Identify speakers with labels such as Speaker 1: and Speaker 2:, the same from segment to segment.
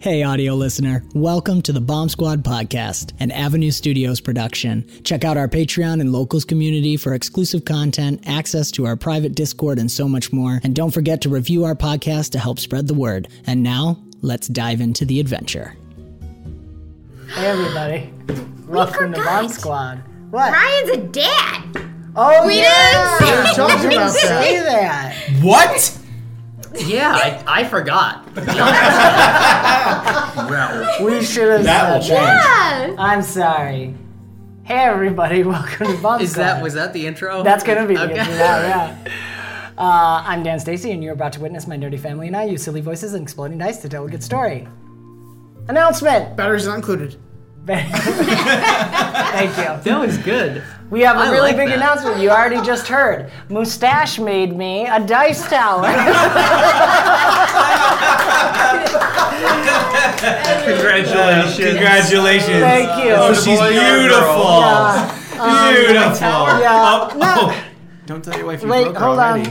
Speaker 1: Hey, audio listener, welcome to the Bomb Squad podcast, an Avenue Studios production. Check out our Patreon and locals community for exclusive content, access to our private Discord, and so much more. And don't forget to review our podcast to help spread the word. And now, let's dive into the adventure.
Speaker 2: Hey everybody, welcome to Bomb
Speaker 3: forgot.
Speaker 2: Squad. What?
Speaker 3: Ryan's a dad.
Speaker 2: Oh
Speaker 3: We
Speaker 2: yeah,
Speaker 3: didn't
Speaker 2: I
Speaker 3: say
Speaker 2: told you about
Speaker 3: anything.
Speaker 2: that. Say that.
Speaker 4: What?
Speaker 5: Yeah, I, I forgot.
Speaker 2: We should have
Speaker 4: That will
Speaker 2: said
Speaker 4: change.
Speaker 3: Yeah.
Speaker 2: that. I'm sorry. Hey everybody, welcome to Bomb
Speaker 5: Is
Speaker 2: Squad.
Speaker 5: that was that the intro?
Speaker 2: Oh, That's gonna be the
Speaker 5: Okay.
Speaker 2: end of that, yeah. Uh, I'm Dan Stacy, and you're about to witness my nerdy family and I use silly voices and exploding dice to tell a good story. Announcement.
Speaker 6: Batteries not included.
Speaker 2: Thank you.
Speaker 5: That was good.
Speaker 2: We have a
Speaker 5: I
Speaker 2: really
Speaker 5: like
Speaker 2: big
Speaker 5: that.
Speaker 2: announcement. You already just heard. Mustache made me a dice tower.
Speaker 4: Congratulations. Congratulations.
Speaker 2: Thank you. Um,
Speaker 4: Oh, she's beautiful. Um, beautiful.
Speaker 2: Yeah.
Speaker 4: Oh,
Speaker 2: No.
Speaker 4: oh.
Speaker 6: Don't tell your wife you
Speaker 2: Wait,
Speaker 6: broke her
Speaker 2: hold on.
Speaker 6: already.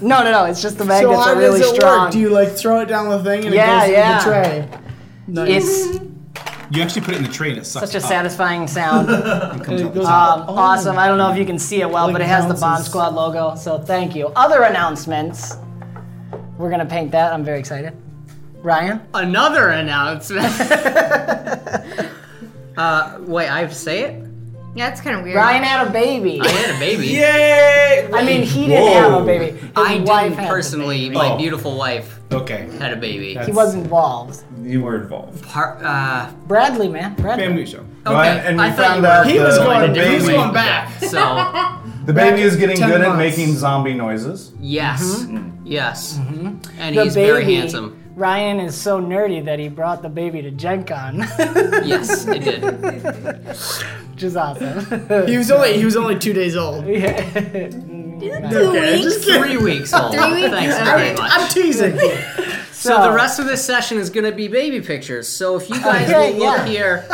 Speaker 2: No, no, no. It's just the
Speaker 6: So
Speaker 2: magnets
Speaker 6: how
Speaker 2: are really
Speaker 6: does it
Speaker 2: strong.
Speaker 6: work? Do you like throw it down the thing and
Speaker 2: Yeah,
Speaker 6: it goes
Speaker 2: yeah.
Speaker 6: in the tray? Nice.
Speaker 2: it's
Speaker 4: You actually put it in the tray and it sucks
Speaker 2: such
Speaker 4: up.
Speaker 2: a satisfying sound. Um,
Speaker 4: It comes up.
Speaker 2: Awesome. I don't know if you can see it well, but it has the Bomb
Speaker 6: bounces.
Speaker 2: Squad logo. So thank you. Other announcements. We're gonna paint that. I'm very excited. Ryan.
Speaker 5: Another announcement. uh, wait, I have to say it.
Speaker 3: Yeah, that's kind of weird.
Speaker 2: Ryan had a baby.
Speaker 5: I had a baby.
Speaker 4: Yay!
Speaker 2: I mean, he didn't
Speaker 4: Whoa.
Speaker 2: have a baby. His
Speaker 5: I
Speaker 2: wife
Speaker 5: didn't
Speaker 2: had the
Speaker 5: personally.
Speaker 2: baby.
Speaker 5: My
Speaker 4: Oh.
Speaker 5: beautiful wife
Speaker 4: Okay.
Speaker 5: had a baby.
Speaker 2: He was involved.
Speaker 4: You were involved.
Speaker 5: Par- uh,
Speaker 2: Bradley, man. Bradley.
Speaker 6: Family show.
Speaker 5: okay.
Speaker 7: and we
Speaker 5: I thought you
Speaker 7: found
Speaker 5: were
Speaker 7: out
Speaker 6: He was
Speaker 7: the,
Speaker 6: going
Speaker 7: the
Speaker 6: to
Speaker 5: He was
Speaker 7: baby,
Speaker 5: going back. So
Speaker 7: the baby is getting
Speaker 6: 10
Speaker 7: good at
Speaker 6: months.
Speaker 7: making zombie noises.
Speaker 5: yes,
Speaker 2: Mm-hmm.
Speaker 5: yes, Mm-hmm. and
Speaker 2: The
Speaker 5: he's
Speaker 2: baby.
Speaker 5: very handsome.
Speaker 2: Ryan is so nerdy that he brought the baby to Gen Con,
Speaker 5: Yes, it did.
Speaker 2: which is awesome.
Speaker 6: He was only he was only two days old. Okay, just kidding.
Speaker 5: Three weeks old.
Speaker 3: weeks?
Speaker 5: Thanks very much.
Speaker 6: I'm teasing.
Speaker 5: So the rest of this session is going to be baby pictures. So if you guys
Speaker 2: Okay,
Speaker 5: will look
Speaker 2: yeah.
Speaker 5: here,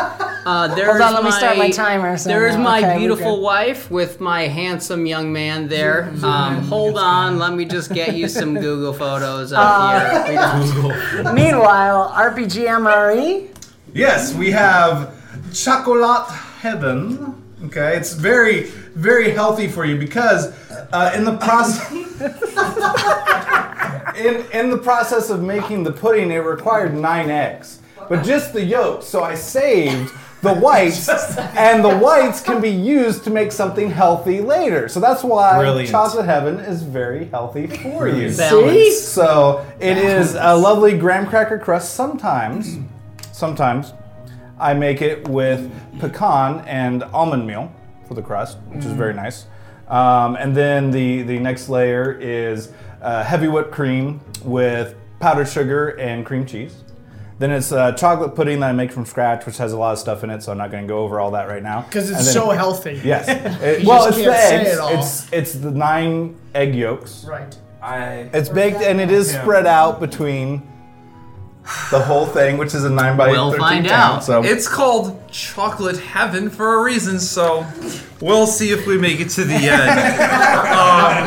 Speaker 5: uh, there's
Speaker 2: on,
Speaker 5: my,
Speaker 2: let me start my timer, so
Speaker 5: there's
Speaker 2: now-
Speaker 5: my
Speaker 2: okay, we're
Speaker 5: beautiful
Speaker 2: good.
Speaker 5: wife with my handsome young man there. Um, hold on, let me just get you some Google photos up
Speaker 2: Uh,
Speaker 5: here.
Speaker 2: Meanwhile, RPGMRE.
Speaker 7: Yes, we have Chocolat Heaven. Okay, it's very, very healthy for you because uh, in the process. In, in the process of making the pudding, it required nine eggs, but just the yolks. So I saved the whites, and the whites can be used to make something healthy later. So that's why
Speaker 4: Brilliant.
Speaker 7: chocolate heaven is very healthy for you.
Speaker 5: Balance.
Speaker 7: So it is a lovely graham cracker crust. Sometimes, sometimes I make it with pecan and almond meal for the crust, which is
Speaker 6: Mm.
Speaker 7: very nice. Um, and then the the next layer is uh, heavy whipped cream with powdered sugar and cream cheese. Then it's uh, chocolate pudding that I make from scratch, which has a lot of stuff in it, so I'm not going to go over all that right now.
Speaker 6: Because it's
Speaker 7: And then-
Speaker 6: so healthy.
Speaker 7: Yes. It- well, it's
Speaker 6: just
Speaker 7: the
Speaker 6: can't say
Speaker 7: eggs.
Speaker 6: it all.
Speaker 7: It's it's the nine egg yolks.
Speaker 6: Right.
Speaker 7: It's baked and it is spread out between The whole thing, which is a 9 by
Speaker 5: We'll
Speaker 7: 13
Speaker 5: find
Speaker 7: town,
Speaker 5: out.
Speaker 7: So
Speaker 4: It's called Chocolate Heaven for a reason, so we'll see if we make it to the end. Um,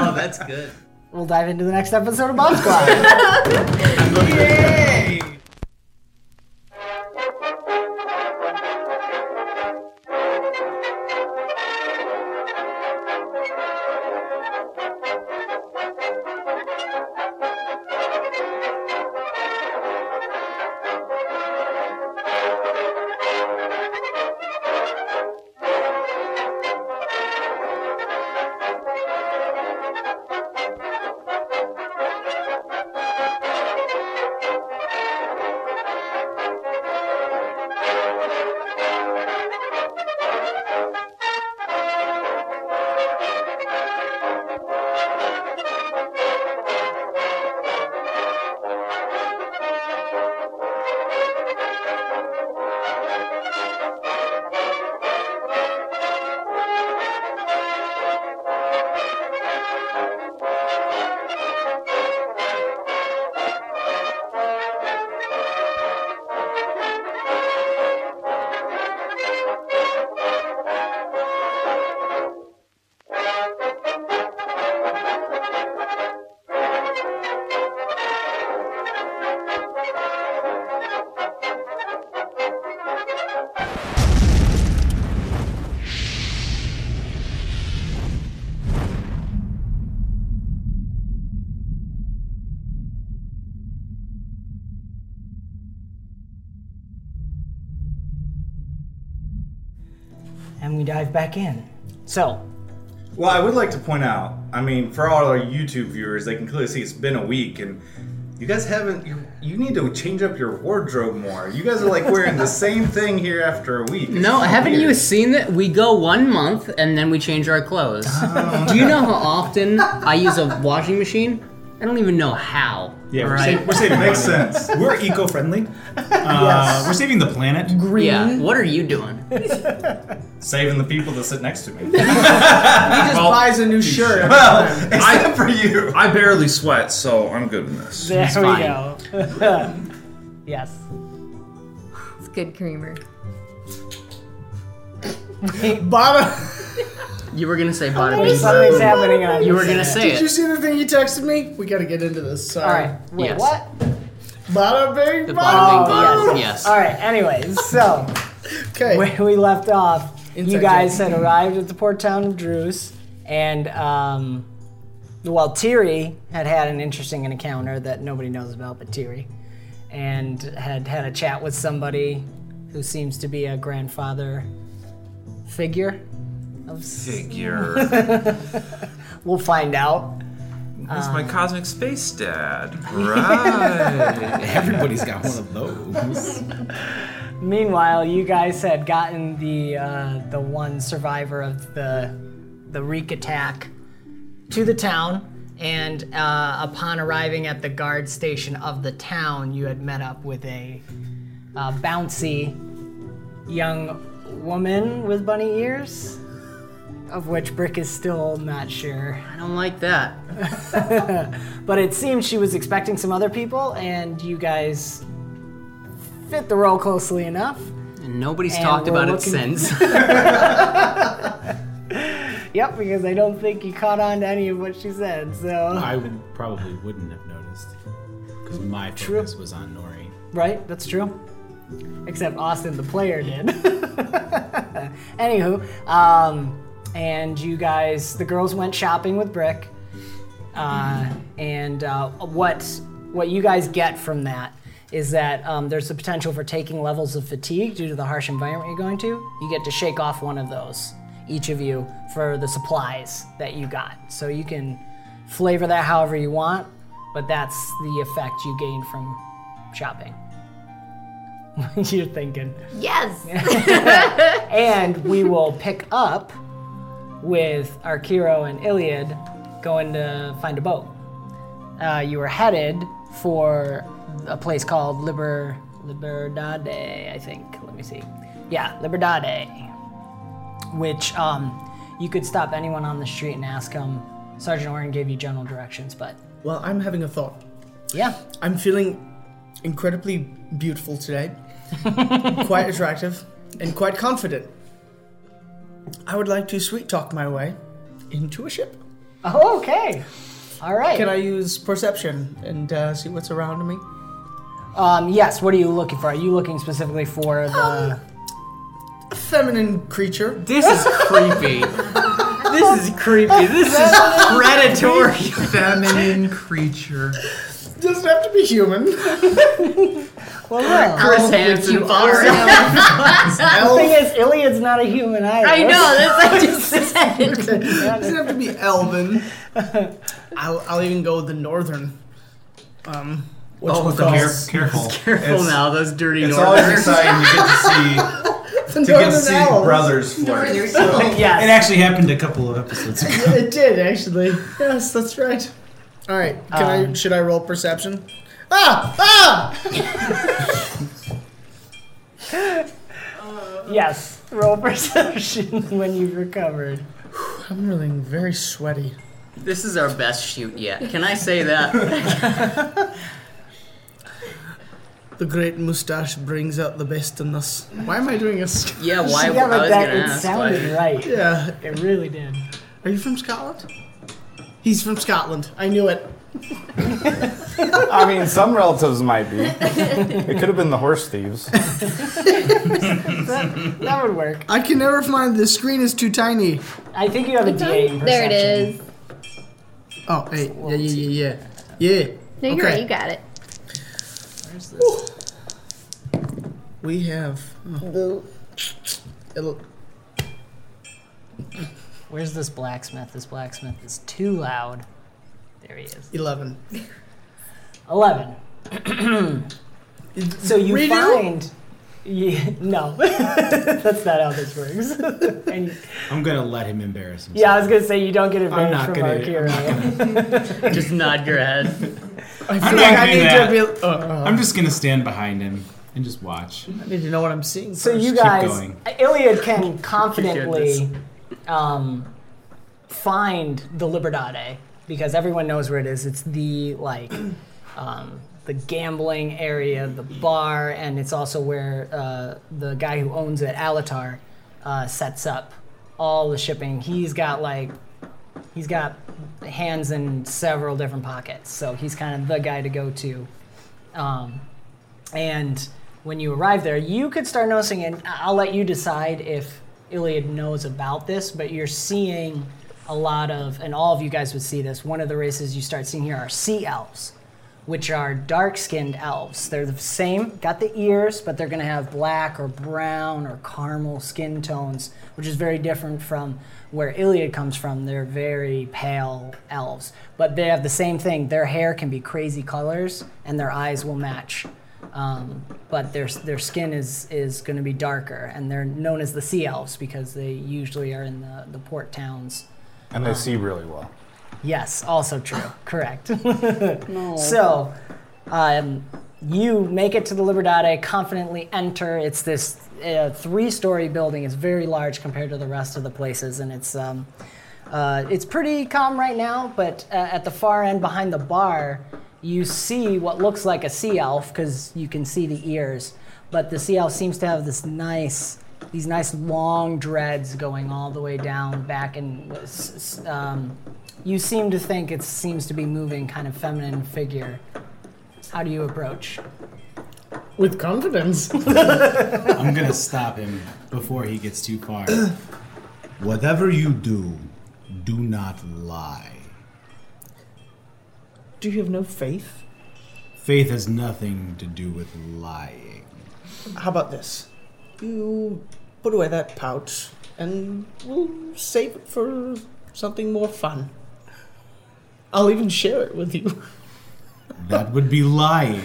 Speaker 5: Oh, that's good.
Speaker 2: We'll dive into the next episode of Bomb Squad. and we dive back in. So,
Speaker 7: Well, I would like to point out. I mean, for all our YouTube viewers, they can clearly see it's been a week, and you guys haven't. You, you need to change up your wardrobe more. You guys are like wearing the same thing here after a week. It's
Speaker 5: No,
Speaker 7: so
Speaker 5: haven't you
Speaker 7: weird. Uh,
Speaker 5: seen that? We go one month and then we change our clothes.
Speaker 4: Oh.
Speaker 5: Do you know how often I use a washing machine? I don't even know how.
Speaker 4: Yeah, we're,
Speaker 5: Right.
Speaker 4: saving, we're saving
Speaker 7: Makes
Speaker 4: money.
Speaker 7: sense.
Speaker 4: We're eco-friendly. Uh, we're saving the planet.
Speaker 5: Yeah, what are you doing?
Speaker 7: Saving the people that sit next to me.
Speaker 6: just buys a new shirt.
Speaker 7: well, except for you.
Speaker 4: I barely sweat, so I'm good in this.
Speaker 2: there we
Speaker 5: fine.
Speaker 2: go. yes.
Speaker 3: It's good creamer.
Speaker 6: Baba,
Speaker 5: You were gonna say bada bing.
Speaker 2: Something's happening on
Speaker 5: You were gonna say
Speaker 6: did you
Speaker 5: it.
Speaker 6: see the thing you texted me? We gotta get into this. Sorry.
Speaker 2: All right. Wait,
Speaker 5: Yes.
Speaker 2: what?
Speaker 6: Bada bing,
Speaker 5: The
Speaker 6: bada.
Speaker 5: bada bing bada. Yes.
Speaker 2: All right. Anyways, so
Speaker 6: Okay.
Speaker 2: where we left off, you
Speaker 6: Inside
Speaker 2: guys had arrived at the port town of Druze, and um, well, Tiri had had an interesting encounter that nobody knows about, but Tiri, and had had a chat with somebody who seems to be a grandfather figure. Of s-
Speaker 4: Figure.
Speaker 2: We'll find out.
Speaker 4: That's my cosmic space dad. Right.
Speaker 8: Everybody's got one of those.
Speaker 2: Meanwhile, you guys had gotten the uh, the one survivor of the the reek attack to the town, and uh, upon arriving at the guard station of the town, you had met up with a uh, bouncy young woman with bunny ears, of which Brick is still not sure.
Speaker 5: I don't like that.
Speaker 2: But it seems she was expecting some other people, and you guys fit the role closely enough.
Speaker 5: And nobody's
Speaker 2: And
Speaker 5: talked
Speaker 2: we're
Speaker 5: about it
Speaker 2: looking-
Speaker 5: since.
Speaker 2: Yep, because I don't think you caught on to any of what she said. So
Speaker 8: I would- probably wouldn't have noticed because my focus was on Nori.
Speaker 2: right, that's true. Except Austin, the player, did. Anywho, um, and you guys, the girls went shopping with Brick, uh, and uh, what what you guys get from that is that um, there's the potential for taking levels of fatigue due to the harsh environment you're going to. You get to shake off one of those, each of you, for the supplies that you got. So you can flavor that however you want, but that's the effect you gain from shopping. You're thinking.
Speaker 3: Yes.
Speaker 2: And we will pick up with our Kiro and Iliad going to find a boat. Uh, you were headed for a place called Liber Liberdade, I think. Let me see. Yeah, Liberdade, which um, you could stop anyone on the street and ask them. Sergeant Orin gave you general directions, but
Speaker 6: Well, I'm having a thought.
Speaker 2: yeah,
Speaker 6: I'm feeling incredibly beautiful today, quite attractive, and quite confident. I would like to sweet talk my way into a ship.
Speaker 2: Oh, okay. All right.
Speaker 6: Can I use perception and uh, see what's around me?
Speaker 2: Um, yes. What are you looking for? Are you looking specifically for the?
Speaker 6: a feminine creature.
Speaker 2: This is
Speaker 4: creepy.
Speaker 6: this is creepy.
Speaker 4: This is predatory feminine creature.
Speaker 6: Doesn't have to be human.
Speaker 2: well, look.
Speaker 4: Chris Hansen
Speaker 2: are. the thing is, Iliad's not a human either.
Speaker 6: I know, that's what I just
Speaker 2: said.
Speaker 6: Doesn't have to be elven. I'll, I'll even go with the northern. Um, which
Speaker 4: Oh,
Speaker 6: one
Speaker 4: the
Speaker 6: calls-
Speaker 4: care- careful.
Speaker 5: Careful
Speaker 4: It's-
Speaker 5: now, those dirty
Speaker 4: It's
Speaker 5: northerners.
Speaker 4: always exciting to get to see,
Speaker 6: The
Speaker 4: to get to
Speaker 6: Northern
Speaker 4: see
Speaker 6: Owls.
Speaker 4: brothers flirt.
Speaker 6: Northern Owls. Yes.
Speaker 8: It actually happened a couple of episodes ago.
Speaker 6: Yeah, it did actually. Yes, that's right. All right. Can I?
Speaker 8: Um,
Speaker 6: Should I roll perception? Ah! Ah!
Speaker 2: yes. Roll perception when you've recovered.
Speaker 6: I'm feeling very sweaty.
Speaker 5: This is our best shoot yet. Can I say that?
Speaker 6: The great mustache brings out the best in us. Why am I doing a? s-
Speaker 5: Yeah, why-
Speaker 2: Yeah, but that it sounded right.
Speaker 6: Yeah,
Speaker 2: it really did.
Speaker 6: Are you from Scotland? He's from Scotland. I knew it.
Speaker 7: I mean, some relatives might be. It could have been the horse thieves.
Speaker 2: that, that would work.
Speaker 6: I can never find the screen is too tiny.
Speaker 2: I think you have a D8 in
Speaker 3: There it is.
Speaker 6: Oh, hey, yeah, yeah, yeah, yeah,
Speaker 3: No,
Speaker 6: yeah.
Speaker 3: you're
Speaker 6: Okay.
Speaker 3: right. You got it.
Speaker 6: We have. oh. It'll-
Speaker 2: Where's this blacksmith? This blacksmith is too loud. There he is.
Speaker 6: Eleven.
Speaker 2: Eleven. so you
Speaker 6: Redo?
Speaker 2: find. Yeah, no, that's not how this works. and
Speaker 8: I'm gonna let him embarrass himself.
Speaker 2: yeah, I was gonna say you don't get
Speaker 8: I'm
Speaker 2: advantage
Speaker 8: not
Speaker 2: from
Speaker 8: gonna-
Speaker 2: Arcura.
Speaker 5: Just nod your head.
Speaker 6: I
Speaker 8: I'm not
Speaker 6: feel like
Speaker 8: gonna
Speaker 6: I
Speaker 8: do
Speaker 6: need
Speaker 8: that.
Speaker 6: to be. Uh, uh,
Speaker 8: I'm just gonna stand behind him and just watch.
Speaker 6: I need to know what I'm seeing.
Speaker 2: so you
Speaker 8: Keep
Speaker 2: guys,
Speaker 8: going.
Speaker 2: Iliad can confidently um, find the Liberdade because everyone knows where it is. It's the like um, the gambling area, the bar, and it's also where uh, the guy who owns it, Alatar, uh, sets up all the shipping. He's got like he's got hands in several different pockets, so he's kind of the guy to go to. Um, and when you arrive there, you could start noticing, and I- I'll let you decide if Iliad knows about this, but you're seeing a lot of, and all of you guys would see this. One of the races you start seeing here are sea elves, which are dark skinned elves. They're the same, got the ears, but they're going to have black or brown or caramel skin tones, which is very different from where Iliad comes from. They're very pale elves, but they have the same thing. Their hair can be crazy colors, and their eyes will match um, but their their skin is is going to be darker, and they're known as the sea elves because they usually are in the, the port towns.
Speaker 7: And they see really well.
Speaker 2: Yes, also true. Correct. So, um, you make it to the Liberdade, confidently enter. It's this uh, three-story building. It's very large compared to the rest of the places, and it's um, uh, it's pretty calm right now. But uh, at the far end, behind the bar, you see what looks like a sea elf because you can see the ears. But the sea elf seems to have this nice, these nice long dreads going all the way down back, and s- s- um, you seem to think it seems to be moving kind of feminine figure. How do you approach?
Speaker 6: With confidence.
Speaker 8: I'm gonna stop him before he gets too far. Whatever you do, do not lie.
Speaker 6: Do you have no faith?
Speaker 8: Faith has nothing to do with lying.
Speaker 6: How about this? You put away that pouch, and we'll save it for something more fun. I'll even share it with you.
Speaker 8: That would be lying.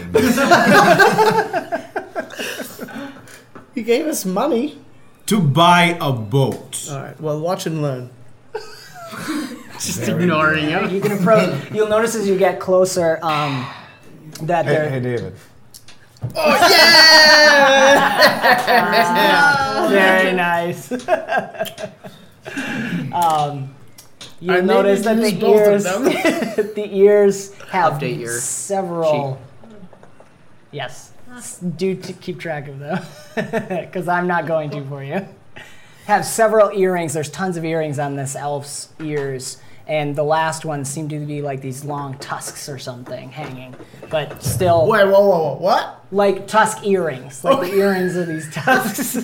Speaker 6: You gave us money.
Speaker 8: to buy a boat.
Speaker 6: All right. Well, watch and learn.
Speaker 8: Just
Speaker 6: ignoring
Speaker 2: him. You can approach. You'll notice as you get closer um, that
Speaker 7: Hey,
Speaker 2: there.
Speaker 7: hey, David.
Speaker 6: Oh,
Speaker 2: Very nice. um, you
Speaker 6: I may
Speaker 2: will notice that
Speaker 6: use
Speaker 2: the
Speaker 6: both of
Speaker 2: ears,
Speaker 6: them.
Speaker 2: the ears have
Speaker 5: Update your
Speaker 2: several. Yes. S- Do t- keep track of though, because I'm not going to for you. Have several earrings. There's tons of earrings on this elf's ears, and the last ones seem to be like these long tusks or something hanging, but still.
Speaker 6: Wait, whoa, whoa, whoa, what?
Speaker 2: Like tusk earrings, like the earrings of these tusks.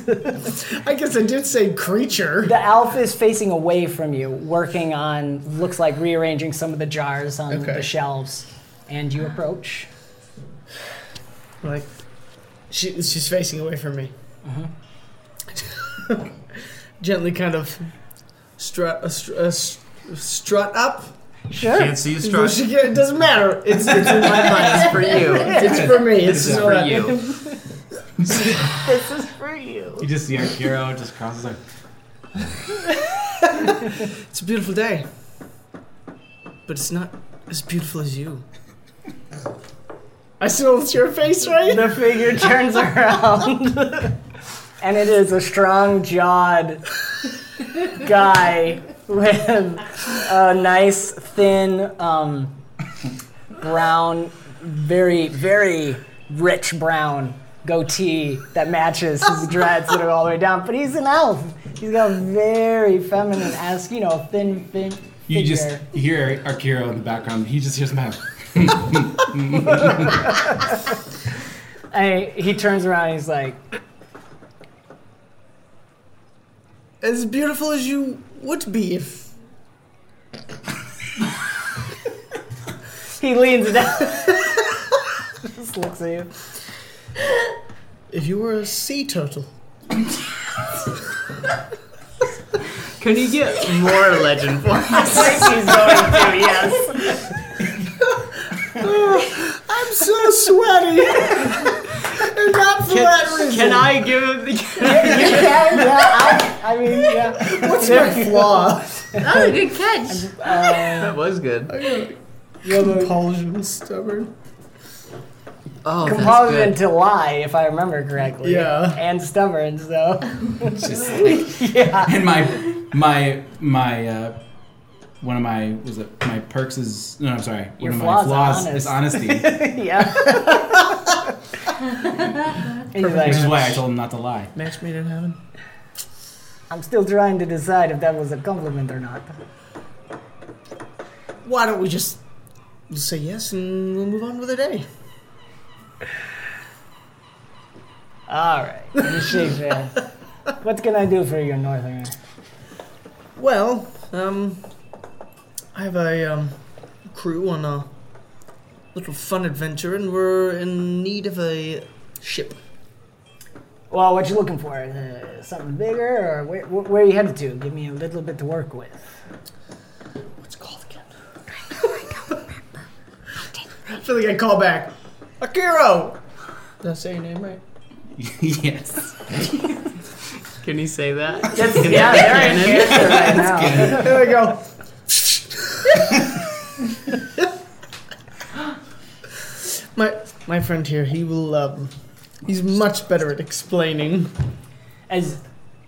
Speaker 6: I guess I did say creature.
Speaker 2: The elf is facing away from you, working on looks like rearranging some of the jars on
Speaker 6: Okay.
Speaker 2: the shelves, and you approach.
Speaker 6: Like, she, she's facing away from me.
Speaker 4: Mm-hmm.
Speaker 6: Gently kind of strut, uh, str- uh, s- strut up. Sure.
Speaker 4: Can't see you strut.
Speaker 6: She can't- it doesn't matter. It's, it's in my mind.
Speaker 4: It's for you.
Speaker 6: It's for me.
Speaker 4: This
Speaker 6: it's
Speaker 4: is
Speaker 6: all
Speaker 4: for
Speaker 6: right.
Speaker 4: you.
Speaker 6: this is for you.
Speaker 8: You just see our hero just crosses like,
Speaker 6: It's a beautiful day. But it's not as beautiful as you. I still it's your face, right?
Speaker 2: The figure turns around, and it is a strong-jawed guy with a nice, thin, um, brown, very, very rich brown goatee that matches his dreads that are all the way down. But he's an elf. He's got a very feminine-esque, you know, thin, thin.
Speaker 8: you
Speaker 2: figure.
Speaker 8: just you hear our hero in the background. He just hears him out.
Speaker 2: And he turns around. and He's like,
Speaker 6: As beautiful as you would be if
Speaker 2: he leans down, just looks at you.
Speaker 6: if you were a sea turtle.
Speaker 5: Can you get more legend for us?
Speaker 2: He's going to, yes.
Speaker 6: I'm so sweaty. and not for that reason.
Speaker 5: Can I give him the
Speaker 2: yeah, yeah. I, I mean, yeah.
Speaker 6: What's my flaw?
Speaker 3: Oh, good catch.
Speaker 2: Um,
Speaker 5: That was good.
Speaker 6: Compulsion is stubborn.
Speaker 5: Oh, that's
Speaker 2: Composed
Speaker 5: good.
Speaker 2: to lie, if I remember correctly.
Speaker 6: Yeah.
Speaker 2: And stubborn, so.
Speaker 8: Just like, And my my my uh, one of my was it my perks is no I'm sorry one
Speaker 2: Your
Speaker 8: of
Speaker 2: flaws
Speaker 8: my
Speaker 2: are
Speaker 8: flaws is honesty, which
Speaker 2: yeah. He's
Speaker 8: is
Speaker 2: like,
Speaker 8: why I told him not to lie.
Speaker 6: Match made in heaven.
Speaker 2: I'm still trying to decide if that was a compliment or not.
Speaker 6: Why don't we just say yes and we'll move on with the day?
Speaker 2: All right. You shake your head. What can I do for you, Northerner?
Speaker 6: Well, um, I have a um, crew on a little fun adventure, and we're in need of a ship.
Speaker 2: Well, what you looking for? Uh, something bigger, or where, wh- where are you headed to? Give me a little bit to work with.
Speaker 6: What's it called again? I feel like I call back. Akiro! Did I say your name right?
Speaker 8: yes.
Speaker 5: Can you say that?
Speaker 2: yeah, they're in cancer right now.
Speaker 6: There we go. my my friend here, he will um, he's much better at explaining.
Speaker 2: As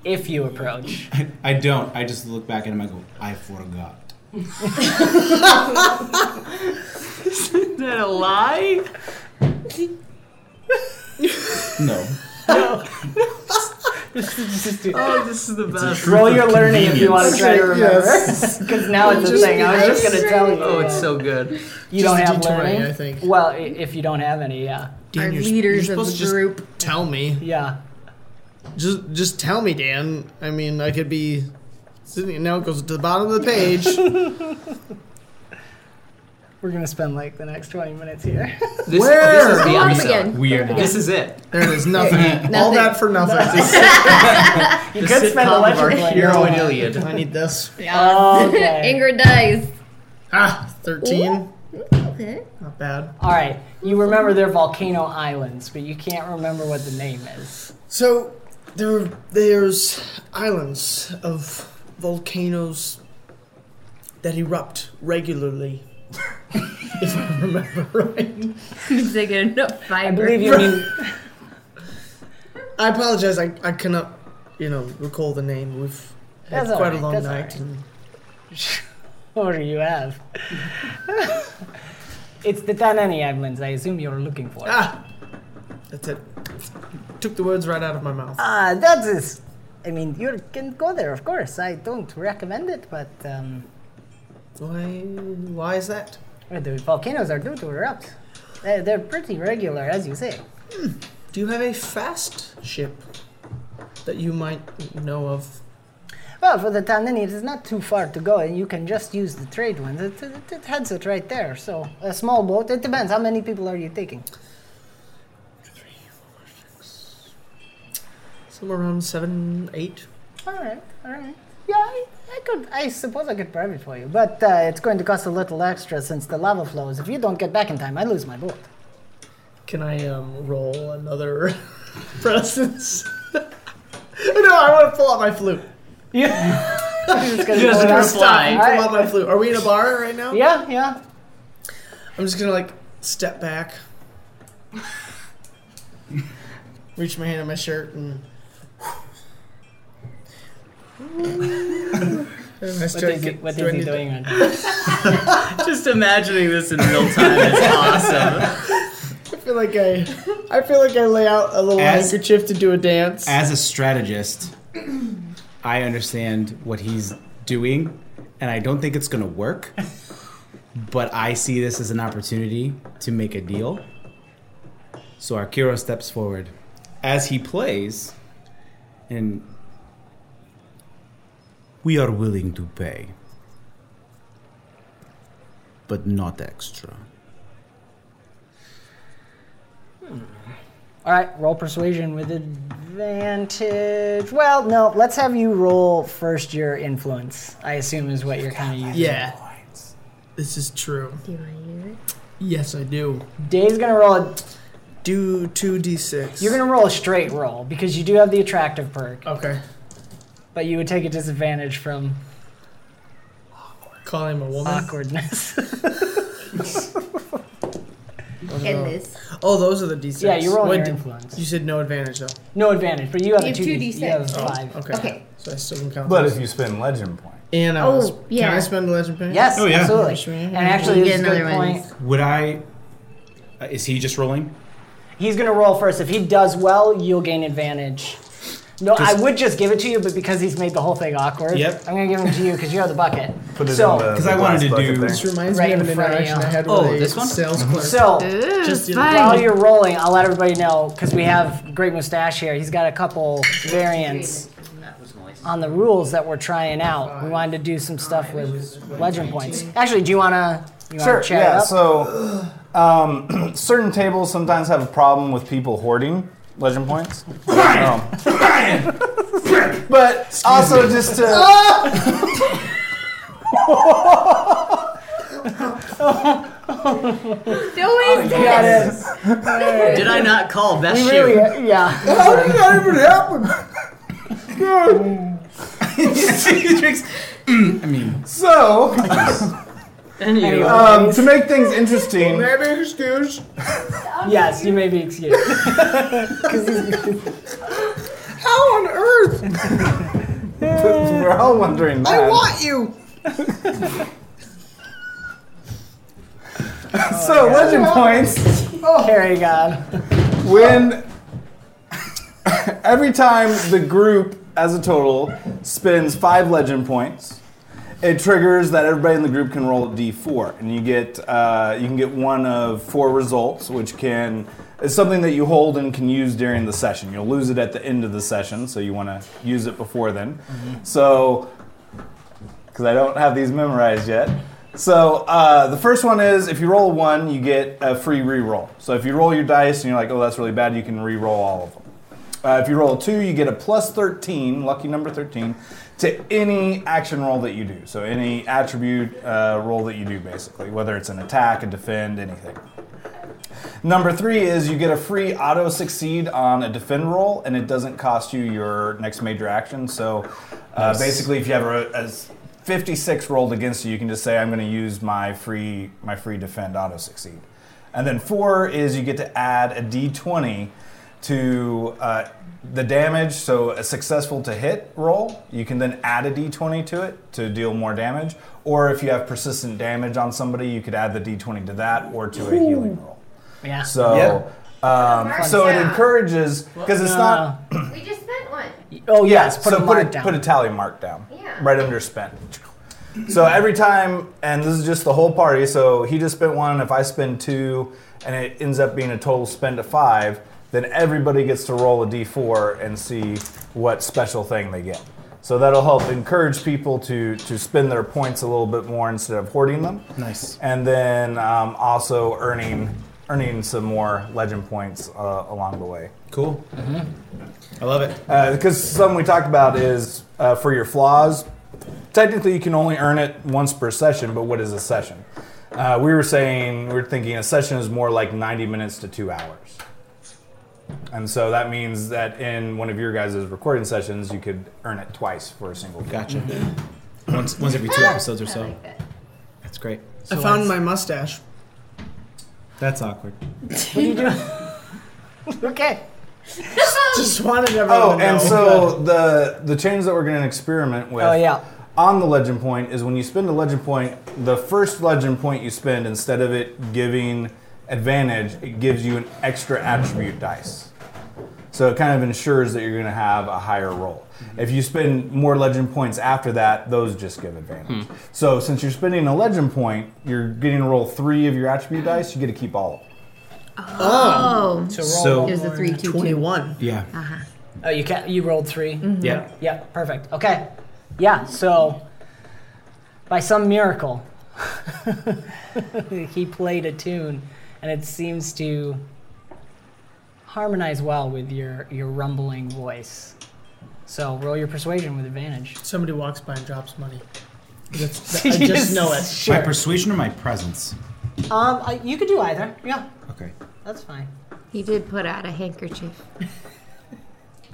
Speaker 2: if you approach.
Speaker 8: I don't. I just look back at him. I go, I forgot.
Speaker 5: Is that a lie?
Speaker 8: No.
Speaker 5: Oh, this is the best.
Speaker 2: Roll your learning if you want to try to remember. Because now it's a thing. I was just going to tell you.
Speaker 5: Oh, it's so good.
Speaker 2: You
Speaker 6: Just
Speaker 2: don't
Speaker 6: a
Speaker 2: have
Speaker 6: D20,
Speaker 2: learning.
Speaker 6: I think.
Speaker 2: Well, i- if you don't have any, yeah,
Speaker 6: Dan,
Speaker 3: Our
Speaker 6: you're,
Speaker 3: leaders
Speaker 6: you're
Speaker 3: of
Speaker 6: supposed
Speaker 3: the
Speaker 6: to
Speaker 3: group.
Speaker 6: just tell me.
Speaker 2: yeah.
Speaker 6: Just just tell me, Dan. I mean, I could be sitting now. It goes to the bottom of the page.
Speaker 2: We're gonna spend like the next twenty minutes here.
Speaker 5: This,
Speaker 6: Where?
Speaker 5: this is the
Speaker 3: Go up
Speaker 5: episode.
Speaker 3: again.
Speaker 8: We are not.
Speaker 5: This is it.
Speaker 6: there it is. Nothing.
Speaker 3: Nothing.
Speaker 6: All that for nothing.
Speaker 2: You could spend the
Speaker 5: of our
Speaker 2: lecture going
Speaker 5: hero
Speaker 2: on.
Speaker 5: and Iliad.
Speaker 6: I need this.
Speaker 2: Oh, Okay.
Speaker 3: Ingrid dies.
Speaker 6: Ah, thirteen.
Speaker 3: Okay.
Speaker 6: Not bad.
Speaker 2: All right. You remember they're volcano islands, but you can't remember what the name is.
Speaker 6: So there, there's islands of volcanoes that erupt regularly. if I remember right.
Speaker 3: Is they get enough fiber?
Speaker 2: I believe you mean
Speaker 6: I apologize. I, I cannot, you know, recall the name. We've had
Speaker 2: That's all
Speaker 6: quite
Speaker 2: right,
Speaker 6: a long
Speaker 2: that's all
Speaker 6: night.
Speaker 2: right.
Speaker 6: And
Speaker 2: what do you have? it's the Tanani Islands. I assume you're looking for.
Speaker 6: ah, That's it. Took the words right out of my mouth.
Speaker 2: Ah, that is. I mean, you can go there, of course. I don't recommend it, but um, uh,
Speaker 6: why? Why is that?
Speaker 2: The volcanoes are due to erupt. They're, they're pretty regular, as you say.
Speaker 6: Hmm. Do you have a fast ship that you might know of?
Speaker 2: Well, for the Tanani, it is not too far to go, and you can just use the trade winds. It, it, it heads it right there. So a small boat. It depends. How many people are you taking?
Speaker 6: Somewhere around seven, eight.
Speaker 2: All right, all right. Yeah, I, I could. I suppose I could private for you, but uh, it's going to cost a little extra since the lava flows. If you don't get back in time, I lose my boat.
Speaker 6: Can I um, roll another presence? no, I want to pull out my flute. Yeah. I'm just
Speaker 2: gonna Just pull it out.
Speaker 6: stop and
Speaker 2: reply.
Speaker 6: pull out my flute. Are we in a bar right now?
Speaker 2: Yeah, yeah.
Speaker 6: I'm just gonna like step back, reach my hand in my shirt, and. And I
Speaker 2: What
Speaker 6: start
Speaker 2: is
Speaker 6: get-
Speaker 2: he- what
Speaker 6: do
Speaker 2: is
Speaker 6: I
Speaker 2: he
Speaker 6: need to-
Speaker 2: doing right
Speaker 5: Just imagining this in real time is awesome.
Speaker 6: I feel like I, I feel like I lay out a little
Speaker 8: As-
Speaker 6: handkerchief to do a dance.
Speaker 8: As a strategist, I understand what he's doing, and I don't think it's going to work. But I see this as an opportunity to make a deal. So Arkiro steps forward. As he plays, and we are willing to pay, but not extra.
Speaker 2: All right, roll persuasion with advantage. Well, no, let's have you roll first your influence. I assume is what you're kind of using.
Speaker 6: Yeah. This is true. Do you want to use it? Yes, I do.
Speaker 2: Dave's gonna roll a.
Speaker 6: Do two d six.
Speaker 2: You're gonna roll a straight roll because you do have the attractive perk,
Speaker 6: Okay.
Speaker 2: but you would take a disadvantage from
Speaker 6: Call him a woman.
Speaker 2: awkwardness.
Speaker 3: End this.
Speaker 6: Oh, those are the d six.
Speaker 2: Yeah, you're rolling your influence.
Speaker 6: You said no advantage though. Oh,
Speaker 2: no advantage, but you have
Speaker 3: You
Speaker 2: a
Speaker 3: have
Speaker 2: two D. You
Speaker 3: 2d6.
Speaker 2: have a five.
Speaker 6: Okay.
Speaker 3: Okay.
Speaker 6: So I still can count.
Speaker 7: But
Speaker 6: those.
Speaker 7: if you spend legend point,
Speaker 2: uh,
Speaker 6: and I
Speaker 3: Oh,
Speaker 6: was,
Speaker 3: yeah.
Speaker 6: can I spend the legend point?
Speaker 2: Yes,
Speaker 8: Oh, yeah.
Speaker 2: absolutely. And actually,
Speaker 3: You
Speaker 2: this is
Speaker 3: get
Speaker 2: a good
Speaker 3: another one.
Speaker 2: point.
Speaker 8: Would I? Uh, is he just rolling?
Speaker 2: He's gonna roll first. If he does well, you'll gain advantage. No, I would just give it to you, but because he's made the whole thing awkward,
Speaker 8: Yep.
Speaker 2: I'm gonna give it to you because you have the bucket.
Speaker 7: put it
Speaker 2: so,
Speaker 7: in the
Speaker 8: 'Cause I wanted
Speaker 7: glass
Speaker 8: to
Speaker 7: bucket
Speaker 8: do-
Speaker 7: there.
Speaker 6: This reminds
Speaker 2: Right
Speaker 6: me of an
Speaker 2: in front of
Speaker 6: interaction
Speaker 2: you. Mhm.
Speaker 6: I had with
Speaker 5: Oh,
Speaker 6: a
Speaker 5: this one?
Speaker 6: sales clerk.
Speaker 2: So,
Speaker 6: Just the other
Speaker 3: fine.
Speaker 2: while you're rolling, I'll let everybody know because we have Great Mustache here. He's got a couple variants
Speaker 5: That was noise.
Speaker 2: on the rules that we're trying out. We wanted to do some stuff with legend points. Actually, do you wanna? You wanna
Speaker 7: Sure.
Speaker 2: Chat it
Speaker 7: Yeah.
Speaker 2: up?
Speaker 7: So, um, certain tables sometimes have a problem with people hoarding legend points. Um, but also just to.
Speaker 2: Oh,
Speaker 8: Oh,
Speaker 3: Don't waste it.
Speaker 5: Did I not call best shoe?
Speaker 2: Really, yeah.
Speaker 7: How did that even happen?
Speaker 8: He drinks- Mm, I mean,
Speaker 7: So,
Speaker 5: Anyway.
Speaker 7: um, to make things interesting,
Speaker 6: excuse.
Speaker 2: yes, you may be excused.
Speaker 6: How on earth?
Speaker 7: we're all wondering that.
Speaker 6: I want you.
Speaker 7: so,
Speaker 6: Oh,
Speaker 7: legend points.
Speaker 2: Carry God.
Speaker 7: When every time the group as a total spends five legend points, it triggers that everybody in the group can roll a d4, and you get uh, you can get one of four results, which can is something that you hold and can use during the session. You'll lose it at the end of the session, so you want to use it before then. So, because I don't have these memorized yet. So uh, the first one is if you roll a one, you get a free re-roll. So if you roll your dice and you're like, oh, that's really bad, you can re-roll all of them. Uh, if you roll a two, you get a plus 13, lucky number 13, to any action roll that you do. So any attribute uh, roll that you do, basically, whether it's an attack, a defend, anything. Number three is you get a free auto succeed on a defend roll, and it doesn't cost you your next major action. So uh, basically, if you have a, a 56 rolled against you, you can just say, "I'm going to use my free my free defend auto succeed." And then four is you get to add a d20 to uh, the damage. So a successful to hit roll, you can then add a d20 to it to deal more damage. Or if you have persistent damage on somebody, you could add the d20 to that or to a healing roll.
Speaker 2: Yeah.
Speaker 7: So
Speaker 8: Yep.
Speaker 7: Um, so it encourages because it's not.
Speaker 3: We just spent one.
Speaker 7: Oh
Speaker 2: yes, put
Speaker 7: so
Speaker 2: a
Speaker 7: put
Speaker 2: mark
Speaker 7: a,
Speaker 2: down.
Speaker 7: Put a tally mark down. Right under spent. So every time, and this is just the whole party. So he just spent one. If I spend two, and it ends up being a total spend of five, then everybody gets to roll a d4 and see what special thing they get. So that'll help encourage people to to spend their points a little bit more instead of hoarding them.
Speaker 8: Nice.
Speaker 7: And then um, also earning earning some more legend points uh, along the way.
Speaker 8: Cool. I love it.
Speaker 7: Because Uh, something we talked about is uh, for your flaws, technically you can only earn it once per session, but what is a session? Uh, we were saying, we were thinking a session is more like 90 minutes to two hours. And so that means that in one of your guys' recording sessions, you could earn it twice for a single.
Speaker 8: Gotcha. once, once every two episodes or so. That's great.
Speaker 6: I found my mustache.
Speaker 8: That's awkward.
Speaker 6: What are you doing? okay. Just wanted everyone
Speaker 7: Oh,
Speaker 6: to
Speaker 7: and
Speaker 6: know.
Speaker 7: so the the change that we're going to experiment with.
Speaker 6: Oh, yeah.
Speaker 7: On the legend point is when you spend a legend point, the first legend point you spend instead of it giving advantage, it gives you an extra attribute dice. So it kind of ensures that you're going to have a higher roll. If you spend more legend points after that, those just give
Speaker 6: Hmm.
Speaker 7: advantage. So since you're spending a legend point, you're getting to roll three of your attribute dice. You get to keep all of them.
Speaker 3: Oh.
Speaker 2: So
Speaker 7: So-
Speaker 2: roll.
Speaker 7: It was
Speaker 3: a three, two, two.
Speaker 8: Yeah.
Speaker 3: Uh-huh. Mm-hmm.
Speaker 2: Oh, you can You rolled 3
Speaker 8: Yeah.
Speaker 2: Yeah. Perfect. Okay. Yeah. So, by some miracle, he played a tune, and it seems to harmonize well with your your rumbling voice. So roll your persuasion with advantage.
Speaker 6: Somebody walks by and drops money. That's,
Speaker 2: You
Speaker 6: I just
Speaker 2: just-
Speaker 6: know it.
Speaker 8: My persuasion or my presence?
Speaker 2: Um, I, you could do either. Yeah,
Speaker 8: Okay.
Speaker 2: that's fine.
Speaker 3: He did put out a handkerchief.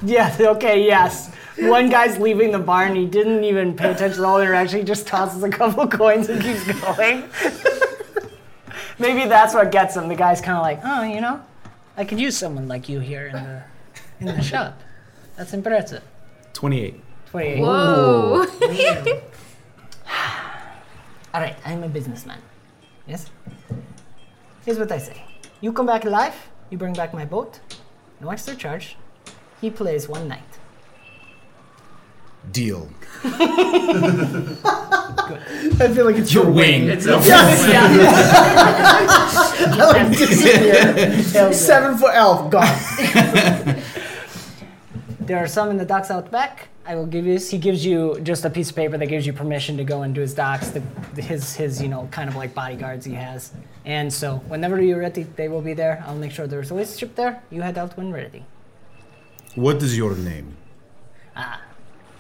Speaker 2: Yeah, okay, yes. One guy's leaving the bar and he didn't even pay attention to all the interaction. He just tosses a couple coins and keeps going. Maybe that's what gets him. The guy's kind of like, oh, you know, I could use someone like you here in the, in the shop. That's impressive.
Speaker 8: 28.
Speaker 2: 28.
Speaker 3: Whoa.
Speaker 2: All right, I'm a businessman. Yes? Here's what I say You come back alive, you bring back my boat, no extra charge. He plays one night.
Speaker 8: Deal.
Speaker 6: I feel like it's
Speaker 8: Your
Speaker 6: your
Speaker 8: wing.
Speaker 6: It's
Speaker 8: a
Speaker 6: Seven foot elf gone.
Speaker 2: There are some in the docks out back. I will give you. He gives you just a piece of paper that gives you permission to go into his docks. The, his his you know kind of like bodyguards he has. And so whenever you're ready, they will be there. I'll make sure there's always a ship there. You head out when ready.
Speaker 8: What is your name?
Speaker 2: Ah.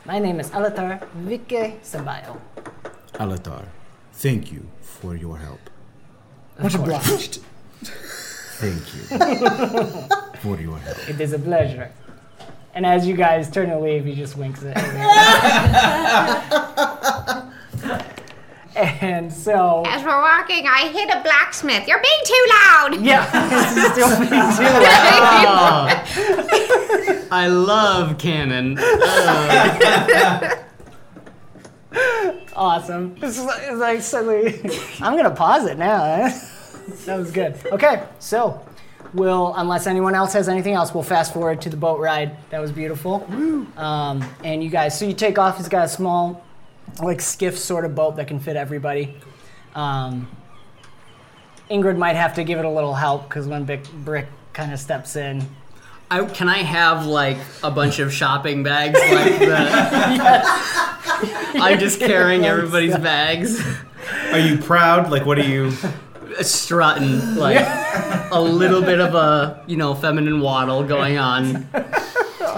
Speaker 2: My name is Alatar Vike Sabayo.
Speaker 8: Alatar. Thank you for your help.
Speaker 2: Much obliged.
Speaker 8: Thank you for your help.
Speaker 2: It is a pleasure. And as you guys turn to leave, he just winks at you. and so
Speaker 3: As we're walking, I hit a blacksmith. You're being too loud.
Speaker 2: yeah, this is still being too loud.
Speaker 3: Yeah.
Speaker 5: Ah, I love canon. Um,
Speaker 2: Awesome. This is like, it's like suddenly. I'm gonna pause it now. eh? that was good. Okay, so we'll, unless anyone else has anything else, we'll fast forward to the boat ride. That was beautiful. Um, and you guys, so you take off. He's got a small, like skiff sort of boat that can fit everybody. Um, Ingrid might have to give it a little help because when Bic- Brick kind of steps in,
Speaker 5: I, can I have like a bunch of shopping bags like that? I'm just carrying everybody's bags,
Speaker 8: Are you proud? Like, what are you?
Speaker 5: strutting like a little bit of a you know feminine waddle going on.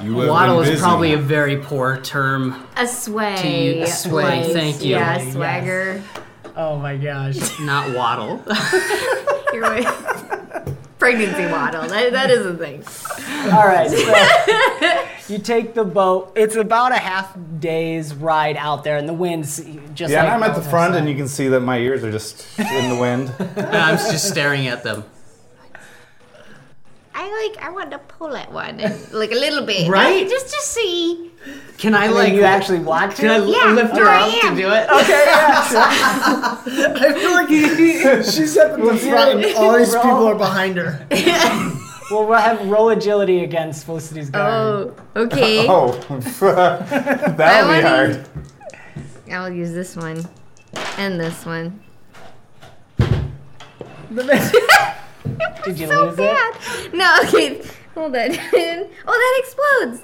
Speaker 8: you have
Speaker 5: Waddle
Speaker 8: been
Speaker 5: is
Speaker 8: busy.
Speaker 5: probably a very poor term.
Speaker 3: A
Speaker 5: To you-
Speaker 3: sway.
Speaker 5: a sway,
Speaker 3: Like,
Speaker 5: thank you.
Speaker 3: Yeah, swagger.
Speaker 2: oh my gosh.
Speaker 5: Not waddle.
Speaker 3: You're right. Pregnancy model. That, that is a thing.
Speaker 2: All right. So you take the boat. It's about a half day's ride out there, and the wind's just
Speaker 7: Yeah,
Speaker 2: like
Speaker 7: and I'm at the front, and you can see that my ears are just in the wind.
Speaker 5: And I'm just staring at them.
Speaker 3: I like. I want to pull at one, and, like a little bit,
Speaker 5: Right?
Speaker 3: Just to see.
Speaker 5: Can I
Speaker 2: Like
Speaker 5: like
Speaker 2: you actually watch
Speaker 5: Can I
Speaker 2: it.
Speaker 5: l-
Speaker 3: Yeah,
Speaker 6: oh,
Speaker 5: lift her
Speaker 3: here I
Speaker 5: up to
Speaker 3: am.
Speaker 5: do it?
Speaker 6: She's at the front and all these people are behind her.
Speaker 2: Well, we'll have roll agility against Felicity's guard.
Speaker 3: Oh, okay.
Speaker 7: Oh, that'll
Speaker 3: I
Speaker 7: be
Speaker 3: wanna-
Speaker 7: hard.
Speaker 3: I'll use this one and this one.
Speaker 2: Did you
Speaker 3: so
Speaker 2: lose
Speaker 3: bad. No, okay. Hold on. oh, that explodes.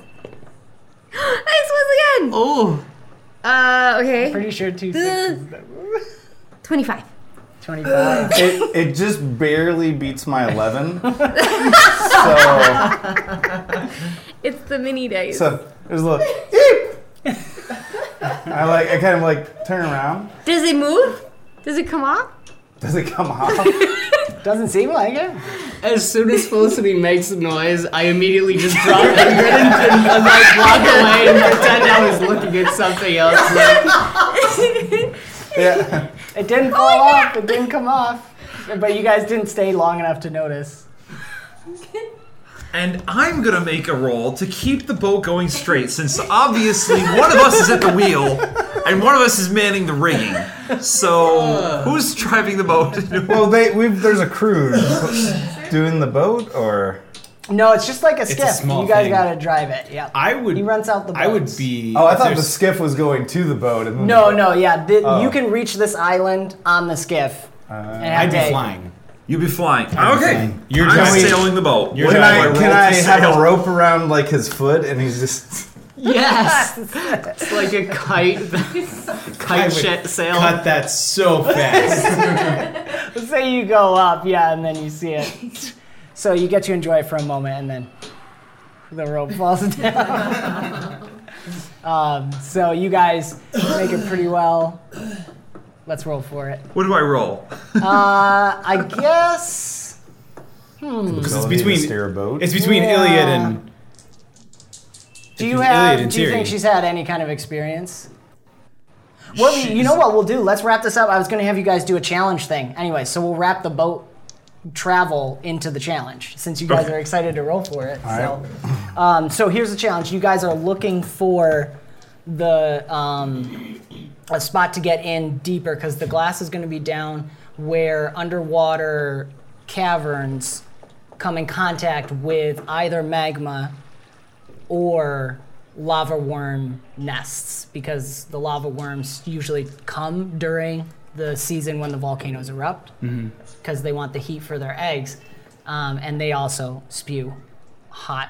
Speaker 3: that explodes again.
Speaker 5: Oh.
Speaker 3: Uh, okay. I'm
Speaker 2: pretty sure two
Speaker 3: sixes. 25.
Speaker 2: 25.
Speaker 7: It, it just barely beats my 11. so,
Speaker 3: It's the mini dice.
Speaker 7: so there's a little eep. I like. I kind of like turn around.
Speaker 3: Does it move? Does it come off?
Speaker 7: Does it come off?
Speaker 2: Doesn't seem like it.
Speaker 5: As soon as Felicity makes the noise, I immediately just drop the grid and, and, and like walk away and pretend I was looking at something else.
Speaker 7: Yeah.
Speaker 2: It didn't fall
Speaker 3: Oh
Speaker 2: off. It didn't come off. But you guys didn't stay long enough to notice.
Speaker 4: And I'm gonna make a roll to keep the boat going straight, since obviously one of us is at the wheel and one of us is manning the rigging. So who's driving the boat?
Speaker 7: well, they we've there's a crew doing the boat or.
Speaker 2: No, it's just like a
Speaker 7: It's a
Speaker 2: skiff.
Speaker 7: small
Speaker 2: you guys
Speaker 7: thing.
Speaker 2: gotta drive it. Yeah.
Speaker 8: I would.
Speaker 2: He runs out the.
Speaker 8: I would
Speaker 2: boats.
Speaker 8: be.
Speaker 7: Oh, I thought the
Speaker 8: there's-
Speaker 7: skiff was going to the boat. And then
Speaker 2: No, no, yeah. The,
Speaker 7: Oh.
Speaker 2: You can reach this island on the skiff.
Speaker 8: I'd be flying.
Speaker 4: You'd be flying.
Speaker 7: I'd be
Speaker 4: okay.
Speaker 7: flying. You're
Speaker 4: I'm
Speaker 7: just-
Speaker 4: sailing the boat.
Speaker 7: Can
Speaker 4: What do
Speaker 7: I,
Speaker 4: roll
Speaker 7: can
Speaker 4: to
Speaker 7: I have
Speaker 4: sail?
Speaker 7: a rope around like his foot and he's just
Speaker 5: Yes. it's like a kite, kite shit sail.
Speaker 8: Cut that so fast.
Speaker 2: Let's say you go up, yeah, and then you see it. so you get to enjoy it for a moment, and then the rope falls down. um, so you guys make it pretty well. Let's roll for it.
Speaker 4: What do I roll?
Speaker 2: Uh, I guess. Hmm.
Speaker 8: Because it's
Speaker 7: Ability to
Speaker 8: between
Speaker 7: steer a boat?
Speaker 8: It's between
Speaker 2: Yeah.
Speaker 8: Iliad and
Speaker 2: Do you
Speaker 8: Between Iliad
Speaker 2: have?
Speaker 8: and
Speaker 2: Do you
Speaker 8: Tyrion.
Speaker 2: think she's had any kind of experience? Well, you know what we'll do. Let's wrap this up. I was going to have you guys do a challenge thing anyway, so we'll wrap the boat travel into the challenge since you guys
Speaker 6: Okay.
Speaker 2: are excited to roll for it.
Speaker 6: All
Speaker 2: so, um, so here's the challenge. You guys are looking for the um, a spot to get in deeper because the glass is going to be down where underwater caverns come in contact with either magma or lava worm nests because the lava worms usually come during the season when the volcanoes erupt
Speaker 5: Mhm.
Speaker 2: because they want the heat for their eggs um, and they also spew hot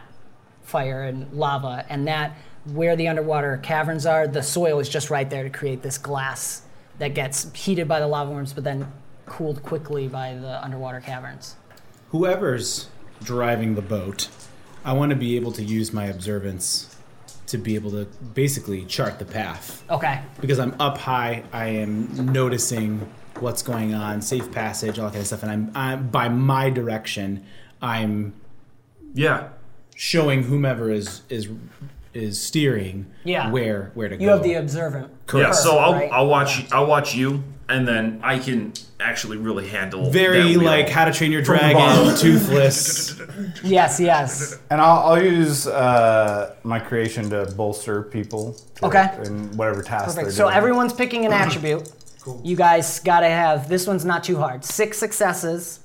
Speaker 2: fire and lava and that where the underwater caverns are the soil is just right there to create this glass that gets heated by the lava worms but then cooled quickly by the underwater caverns
Speaker 8: whoever's driving the boat. I want to be able to use my observance to be able to basically chart the path.
Speaker 2: okay
Speaker 8: because I'm up high, I am noticing what's going on, safe passage, all that kind of stuff, and I'm, I'm by my direction, I'm
Speaker 4: yeah
Speaker 8: showing whomever is is is steering
Speaker 2: Yeah.
Speaker 8: where where to
Speaker 2: you
Speaker 8: go.
Speaker 2: have the observant
Speaker 4: Yeah, so
Speaker 2: person,
Speaker 4: I'll,
Speaker 2: right?
Speaker 4: I'll watch I'll watch you, and then I can actually really handle that
Speaker 8: very
Speaker 4: wheel.
Speaker 8: like How to Train Your
Speaker 4: From the
Speaker 8: Dragon,
Speaker 4: bottom.
Speaker 8: Toothless.
Speaker 2: yes yes
Speaker 7: and I'll, I'll use uh, my creation to bolster people. to-
Speaker 2: Okay.
Speaker 7: In whatever task
Speaker 2: Perfect.
Speaker 7: they're
Speaker 2: So
Speaker 7: doing.
Speaker 2: everyone's picking an attribute. You guys gotta have this one's not too hard. Six successes.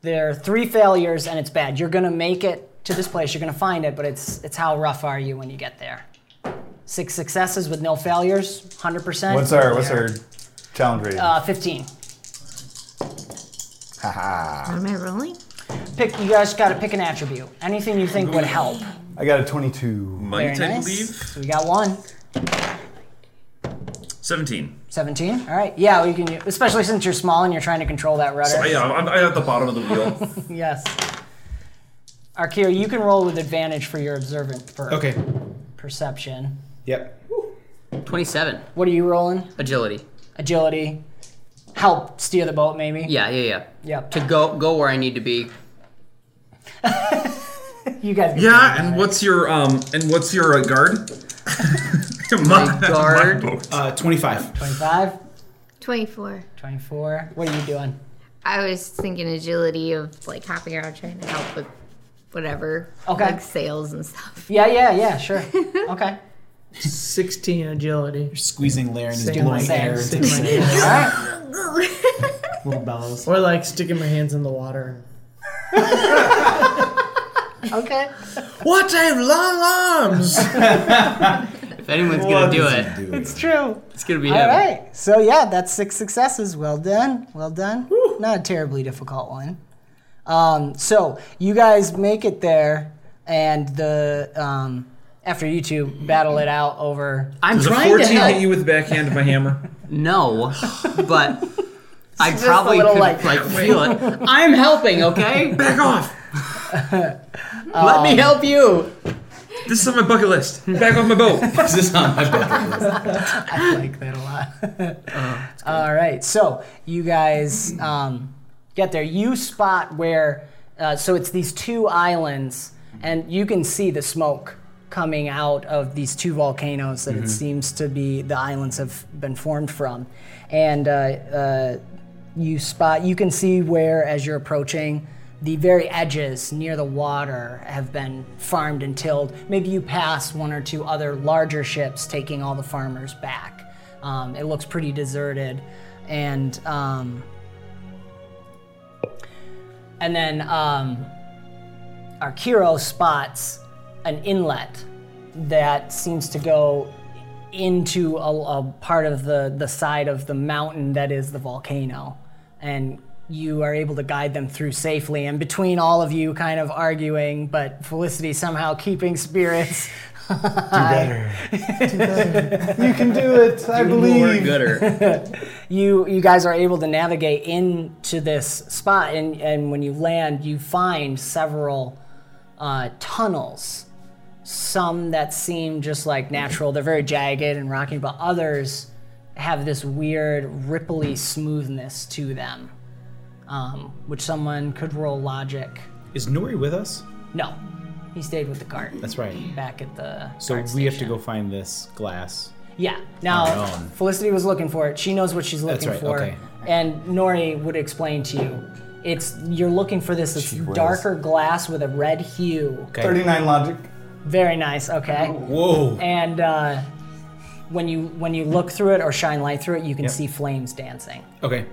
Speaker 2: There are three failures, and it's bad. You're gonna make it to this place. You're gonna find it, but it's it's how rough are you when you get there. Six successes with no failures, hundred percent.
Speaker 7: What's our what's our challenge rating?
Speaker 2: Uh, Fifteen.
Speaker 7: Haha.
Speaker 3: Am I rolling?
Speaker 2: Pick. You guys gotta pick an attribute. Anything you think would help.
Speaker 7: I got a 22.
Speaker 4: Might
Speaker 2: Very
Speaker 4: I
Speaker 2: nice.
Speaker 4: believe
Speaker 2: So we got one.
Speaker 4: seventeen.
Speaker 2: 17? All right. Yeah, we can, u- especially since you're small and you're trying to control that rudder.
Speaker 4: So, yeah, I'm, I'm at the bottom of the wheel.
Speaker 2: yes. Arkir, you can roll with advantage for your observant per-
Speaker 5: Okay.
Speaker 2: perception.
Speaker 8: Yep.
Speaker 5: 27.
Speaker 2: What are you rolling?
Speaker 5: Agility.
Speaker 2: Agility. Help steer the boat, maybe.
Speaker 5: Yeah, yeah, yeah.
Speaker 2: Yep.
Speaker 5: To go go where I need to be.
Speaker 2: You guys.
Speaker 4: yeah, and what's your um and what's your uh, guard? my
Speaker 5: guard,
Speaker 8: uh, twenty-five.
Speaker 2: 25,
Speaker 3: 24.
Speaker 2: 24. What are you doing?
Speaker 3: I was thinking agility of like hopping around trying to help with whatever.
Speaker 2: Okay.
Speaker 3: Like sales and stuff.
Speaker 2: Yeah, yeah, yeah, sure. okay.
Speaker 9: 16 agility. You're
Speaker 8: squeezing Laren
Speaker 9: is
Speaker 8: blowing air into the sail.
Speaker 9: Or like sticking my hands in the water.
Speaker 2: Okay.
Speaker 10: What a long arms!
Speaker 5: If anyone's gonna do it,
Speaker 2: It's true.
Speaker 5: it's gonna be
Speaker 2: All
Speaker 5: him.
Speaker 2: right. So yeah, that's six successes. Well done. Well done. Not a terribly difficult one. Um, so you guys make it there, and the um, after you two battle it out over.
Speaker 5: I'm
Speaker 4: Does a
Speaker 5: trying to
Speaker 4: 14
Speaker 5: help.
Speaker 4: hit you with the backhand of my hammer?
Speaker 5: No, but I
Speaker 2: Just a
Speaker 5: probably
Speaker 2: little,
Speaker 5: could
Speaker 2: like,
Speaker 5: like, feel it. I'm helping, okay?
Speaker 4: Back off!
Speaker 5: Let me help you.
Speaker 4: This is on my bucket list. Back off my boat.
Speaker 8: Is this on my bucket list?
Speaker 2: I like that a lot. All right, so you guys um, get there. You spot where, uh, so it's these two islands, and you can see the smoke coming out of these two volcanoes that it seems to be the islands have been formed from. And uh, uh, you spot, you can see where, as you're approaching, the very edges near the water have been farmed and tilled. Maybe you pass one or two other larger ships taking all the farmers back. Um, it looks pretty deserted, and um, and then um, our Kiro spots an inlet that seems to go into a, a part of the the side of the mountain that is the volcano, and you are able to guide them through safely. And between all of you, kind of arguing, but Felicity somehow keeping spirits.
Speaker 7: You can do it, I believe.
Speaker 5: gooder.
Speaker 2: you you guys are able to navigate into this spot and and when you land you find several uh, tunnels some that seem just like natural they're very jagged and rocky but others have this weird ripply smoothness to them um, which someone could roll logic
Speaker 8: Is Nori with us?
Speaker 2: no he stayed with the cart
Speaker 8: That's right.
Speaker 2: back at the
Speaker 8: So we
Speaker 2: cart
Speaker 8: have to
Speaker 2: station.
Speaker 8: go find this glass.
Speaker 2: Yeah.
Speaker 8: On
Speaker 2: Now,
Speaker 8: our own.
Speaker 2: Felicity was looking for it. She knows what she's looking
Speaker 8: right,
Speaker 2: for.
Speaker 8: okay.
Speaker 2: And Nori would explain to you. It's you're looking for this it's darker glass with a red hue.
Speaker 8: Okay.
Speaker 7: 39 logic.
Speaker 2: Very nice. Okay.
Speaker 8: Whoa.
Speaker 2: And uh, when you when you look through it or shine light through it, you can see flames dancing,
Speaker 8: Okay.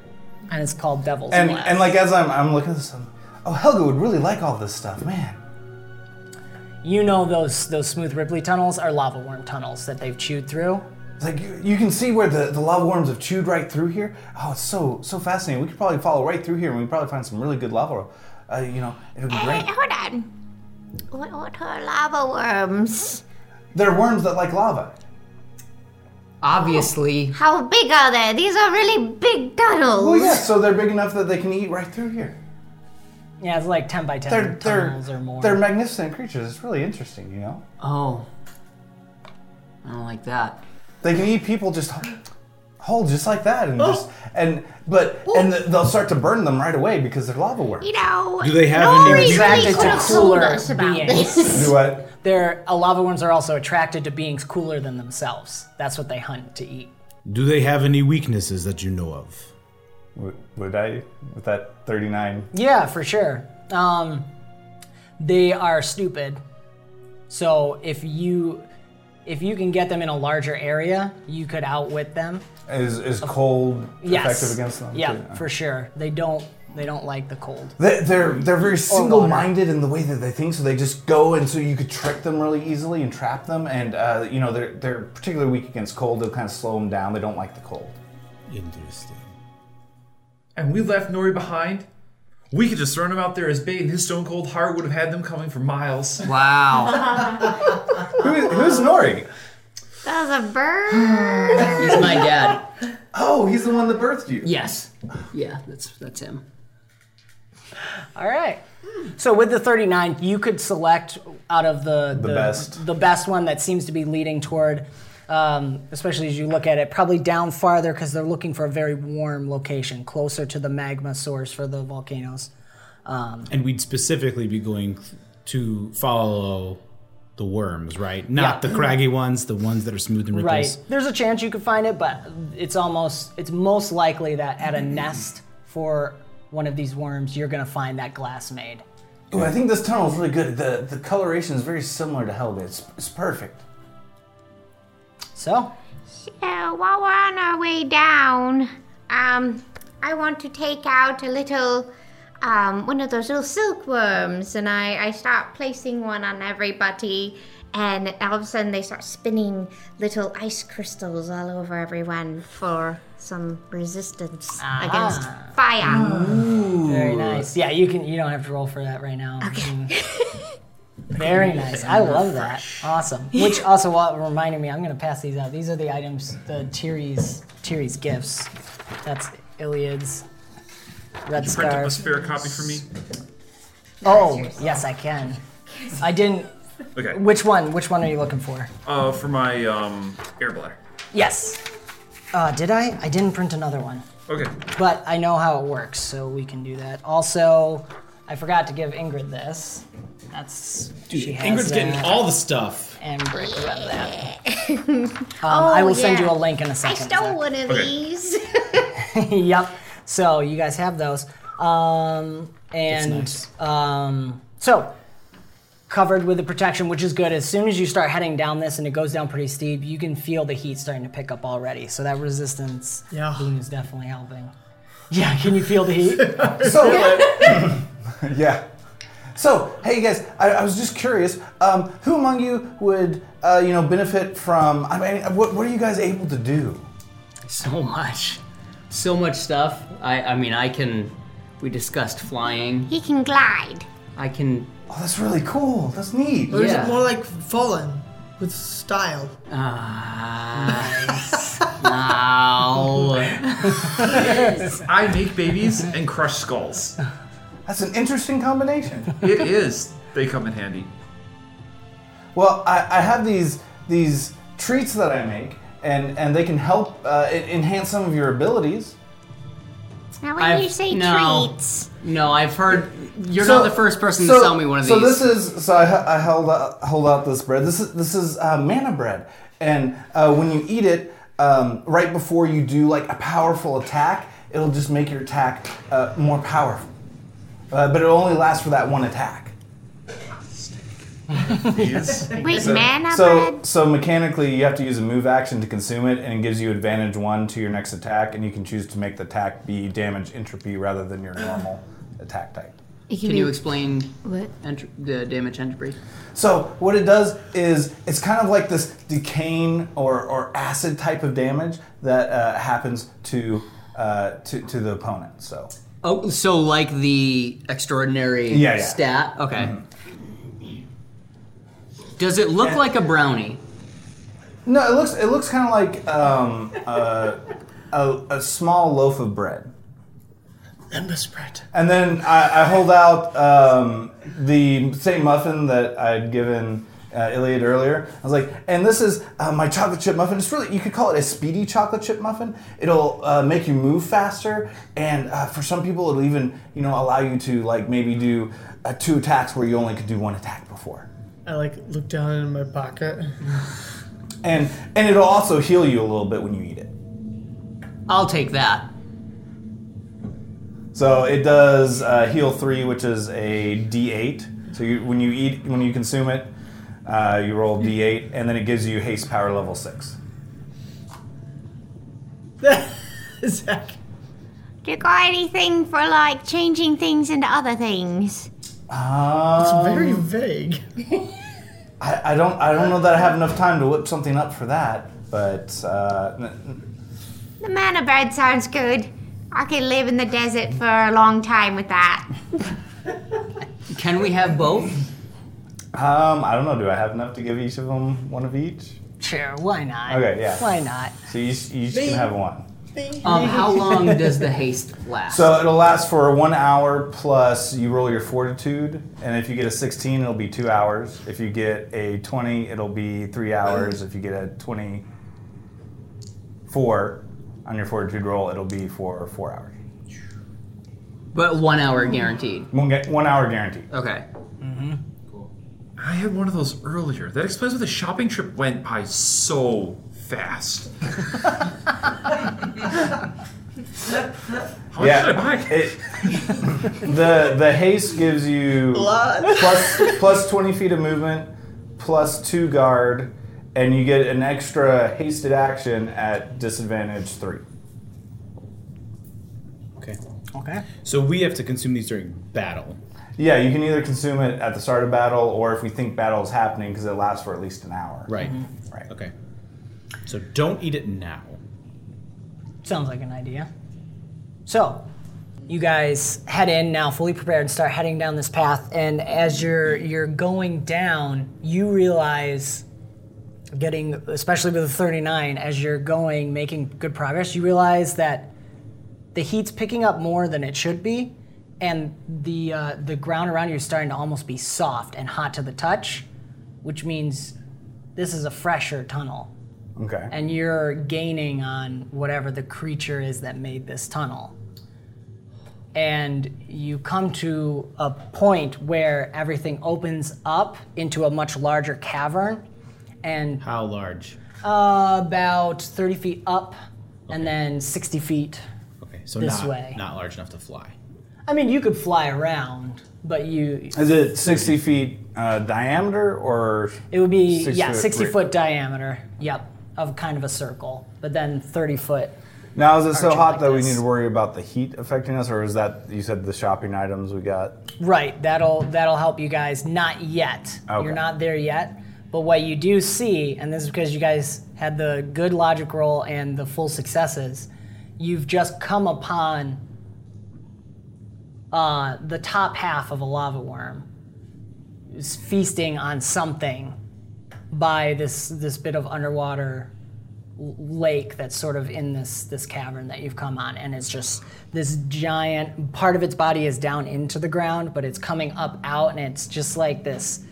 Speaker 2: and it's called Devil's
Speaker 7: And
Speaker 2: Glass.
Speaker 7: and like as I'm I'm looking at this, I'm, oh Helga would really like all this stuff, man.
Speaker 2: you know those those smooth Ripley tunnels are lava worm tunnels that they've chewed through.
Speaker 7: It's like you, you can see where the, the lava worms have chewed right through here. Oh, it's so so fascinating. We could probably follow right through here, and we could probably find some really good lava. Uh, you know, it would be
Speaker 3: Hey,
Speaker 7: great.
Speaker 3: wait, hold on. What, what are lava worms?
Speaker 7: There are worms that like lava.
Speaker 5: Obviously,
Speaker 3: How big are they? These are really big tunnels.
Speaker 7: Well, Oh, yeah, so they're big enough that they can eat right through here.
Speaker 2: Yeah, it's like ten by 10
Speaker 7: They're they're
Speaker 2: tunnels or more.
Speaker 7: they're magnificent creatures. It's really interesting, you know.
Speaker 5: Oh. I don't like that.
Speaker 7: They can eat people just whole, just like that,
Speaker 2: Oh.
Speaker 7: and just and but and th they'll start to burn them right away because they're lava worms.
Speaker 3: You know,
Speaker 8: Do they have
Speaker 3: Nori
Speaker 8: any-
Speaker 3: really
Speaker 2: Attracted
Speaker 3: could
Speaker 2: to
Speaker 3: have told
Speaker 2: cooler
Speaker 3: us about
Speaker 2: beings.
Speaker 3: this.
Speaker 7: Do what?
Speaker 2: They're uh, lava worms are also attracted to beings cooler than themselves. That's what they hunt to eat.
Speaker 8: Do they have any weaknesses that you know of?
Speaker 7: Would- Would I with that thirty nine?
Speaker 2: Yeah, for sure. Um, they are stupid. So if you if you can get them in a larger area, you could outwit them.
Speaker 7: Is is cold
Speaker 2: Yes.
Speaker 7: effective against them?
Speaker 2: Yeah,
Speaker 7: too? Okay.
Speaker 2: for sure. They don't they don't like the cold.
Speaker 7: They- They're they're very
Speaker 2: water.
Speaker 7: single-minded in the way that they think, so they just go, and so you could trick them really easily and trap them. And uh, you know they're they're particularly weak against cold. They'll kind of slow them down. They don't like the cold.
Speaker 8: Interesting.
Speaker 4: And we left Nori behind. We could just throw him out there as bait, and his stone cold heart would have had them coming for miles.
Speaker 5: Wow.
Speaker 7: Who, who's Nori?
Speaker 3: That was a bird.
Speaker 5: He's my dad.
Speaker 7: Oh, he's the one that birthed you.
Speaker 5: Yes. Yeah, that's that's him.
Speaker 2: All right. So with the 39, you could select out of the
Speaker 7: The best.
Speaker 2: the best one that seems to be leading toward, um, especially as you look at it, probably down farther because they're looking for a very warm location, closer to the magma source for the volcanoes. Um,
Speaker 8: And we'd specifically be going to follow the worms, right? Not
Speaker 2: Yeah.
Speaker 8: the craggy ones, the ones that are smooth and
Speaker 2: Right.
Speaker 8: ripples.
Speaker 2: There's a chance you could find it, but it's almost it's most likely that at a nest for one of these worms, you're gonna find that glass made.
Speaker 7: Ooh, I think this tunnel is really good. The the coloration is very similar to Helga. It's, it's perfect.
Speaker 2: So
Speaker 3: Yeah, while we're on our way down, um, I want to take out a little um, one of those little silkworms, and I, I start placing one on everybody, and all of a sudden they start spinning little ice crystals all over everyone for some resistance against
Speaker 2: Ah.
Speaker 3: fire.
Speaker 2: Very nice. Yeah, you can. You don't have to roll for that right now. Mm-hmm. Okay. Very nice. I love that. Awesome. Which also what reminded me, I'm gonna pass these out. These are the items, the Tiri's Tiri's gifts. That's Iliad's red
Speaker 4: you print up a
Speaker 2: scarf.
Speaker 4: spare copy for me?
Speaker 2: Oh, yes, I can. I didn't.
Speaker 4: Okay.
Speaker 2: Which one? Which one are you looking for?
Speaker 4: Uh, for my um, air bladder.
Speaker 2: Yes. Uh, did I? I didn't print another one.
Speaker 4: Okay.
Speaker 2: But I know how it works, so we can do that. Also, I forgot to give Ingrid this. That's
Speaker 8: Dude,
Speaker 2: she has
Speaker 8: Ingrid's getting
Speaker 2: that.
Speaker 8: all the stuff.
Speaker 2: And Brick got that. um,
Speaker 3: Oh,
Speaker 2: I will send
Speaker 3: yeah.
Speaker 2: you a link in a
Speaker 3: I
Speaker 2: second.
Speaker 3: stole one of
Speaker 2: Okay.
Speaker 3: these.
Speaker 2: yep. So you guys have those. Um, and um, so covered with the protection, which is good. As soon as you start heading down this and it goes down pretty steep, you can feel the heat starting to pick up already. So that resistance
Speaker 9: Yeah.
Speaker 2: boon is definitely helping. Yeah, can you feel the heat?
Speaker 7: yeah. So, hey you guys, I, I was just curious. Um, who among you would uh, you know benefit from? I mean, what, what are you guys able to do?
Speaker 5: So much. So much stuff. I, I mean, I can. We discussed flying.
Speaker 3: he can glide.
Speaker 5: I can.
Speaker 7: Oh, that's really cool. That's neat.
Speaker 10: Or is
Speaker 5: Yeah.
Speaker 10: it more like fallen with style?
Speaker 5: Ah,
Speaker 4: I make babies and crush skulls.
Speaker 7: That's an interesting combination.
Speaker 4: It is. They come in handy.
Speaker 7: Well, I, I have these these treats that I make, and and they can help uh, en- enhance some of your abilities.
Speaker 3: Now when
Speaker 5: I've-
Speaker 3: you say
Speaker 5: no.
Speaker 3: treats,
Speaker 5: No, I've heard. You're
Speaker 7: So-
Speaker 5: not the first person
Speaker 7: so-
Speaker 5: to sell me one of
Speaker 7: so
Speaker 5: these.
Speaker 7: this is so I, h- I held out, hold out this bread. This is this is uh, manna bread, and uh, when you eat it um, right before you do like a powerful attack, it'll just make your attack uh, more powerful. Uh, but it only lasts for that one attack.
Speaker 3: Wait, manna
Speaker 7: so,
Speaker 3: bread?
Speaker 7: So mechanically, you have to use a move action to consume it, and it gives you advantage one to your next attack, and you can choose to make the attack be damage entropy rather than your normal attack type.
Speaker 3: It
Speaker 5: can
Speaker 3: be-
Speaker 5: you explain
Speaker 3: what
Speaker 5: entr- the damage entropy?
Speaker 7: So what it does is it's kind of like this decaying or, or acid type of damage that uh, happens to, uh, to to the opponent. So
Speaker 5: Oh, so like the extraordinary
Speaker 7: Yeah, Mm-hmm. yeah.
Speaker 5: stat? Okay. Does it look like a brownie?
Speaker 7: no, it looks it looks kind of like um, uh, a, a small loaf of bread.
Speaker 10: And the spread.
Speaker 7: And then I, I hold out um, the same muffin that I'd given uh, Iliad earlier. I was like, and this is uh, my chocolate chip muffin. It's really, you could call it a speedy chocolate chip muffin. It'll uh, make you move faster. And uh, for some people, it'll even, you know, allow you to, like, maybe do uh, two attacks where you only could do one attack before.
Speaker 10: I like look down in my pocket.
Speaker 7: And, and it'll also heal you a little bit when you eat it.
Speaker 5: I'll take that.
Speaker 7: So it does uh, heal three, which is a D8. So you, when you eat, when you consume it, uh, you roll D8, and then it gives you haste power level six.
Speaker 10: Zach.
Speaker 3: Do you got anything for like changing things into other things?
Speaker 7: Um,
Speaker 10: It's very vague.
Speaker 7: I, I don't. I don't know that I have enough time to whip something up for that, but uh, n- n-
Speaker 3: The manna bread sounds good. I could live in the desert for a long time with that.
Speaker 5: Can we have both?
Speaker 7: um, I don't know. Do I have enough to give each of them one of each?
Speaker 2: Sure, why not?
Speaker 7: Okay, yeah.
Speaker 2: Why not?
Speaker 7: So each, each can have one.
Speaker 5: Um, how long does the haste last?
Speaker 7: So it'll last for one hour plus you roll your fortitude, and if you get a 16, it'll be two hours. If you get a 20, it'll be three hours. If you get a 24 on your fortitude roll, it'll be for four hours.
Speaker 5: but one hour guaranteed.
Speaker 7: One, ga- one hour guaranteed.
Speaker 5: Okay.
Speaker 4: Mm-hmm. I had one of those earlier. That explains why the shopping trip went by so fast. How much did I buy?
Speaker 7: it- the the haste gives you
Speaker 10: Blood.
Speaker 7: plus plus 20 feet of movement, plus two guard, and you get an extra hasted action at disadvantage three.
Speaker 8: Okay. Okay. So we have to consume these during battle.
Speaker 7: Yeah, you can either consume it at the start of battle, or if we think battle is happening, because it lasts for at least an hour.
Speaker 8: Right.
Speaker 7: Right.
Speaker 8: Okay. So don't eat it now.
Speaker 2: Sounds like an idea. So, you guys head in now, fully prepared, and start heading down this path. And as you're you're going down, you realize, getting especially with the 39, as you're going, making good progress, you realize that the heat's picking up more than it should be, and the uh, the ground around you is starting to almost be soft and hot to the touch, which means this is a fresher tunnel
Speaker 7: Okay.
Speaker 2: and you're gaining on whatever the creature is that made this tunnel. And you come to a point where everything opens up into a much larger cavern, and
Speaker 8: How large?
Speaker 2: uh, about 30 feet up, and then 60 feet.
Speaker 8: Okay. So
Speaker 2: This
Speaker 8: not,
Speaker 2: way.
Speaker 8: not large enough to fly.
Speaker 2: I mean, you could fly around, but you
Speaker 7: Is it 60 feet uh, diameter or?
Speaker 2: it would be yeah 60
Speaker 7: re-
Speaker 2: foot diameter. Yep, of kind of a circle, but then 30 foot.
Speaker 7: Now, is it so
Speaker 2: Archer
Speaker 7: hot
Speaker 2: like
Speaker 7: that we
Speaker 2: this.
Speaker 7: need to worry about the heat affecting us, or is that you said the shopping items we got?
Speaker 2: Right. That'll that'll help you guys. Not yet.
Speaker 7: Okay.
Speaker 2: You're not there yet. But what you do see, and this is because you guys had the good logic roll and the full successes, you've just come upon uh, the top half of a lava worm. Is feasting on something by this this bit of underwater l- lake that's sort of in this this cavern that you've come on and it's just this giant part of its body is down into the ground but it's coming up out and it's just like this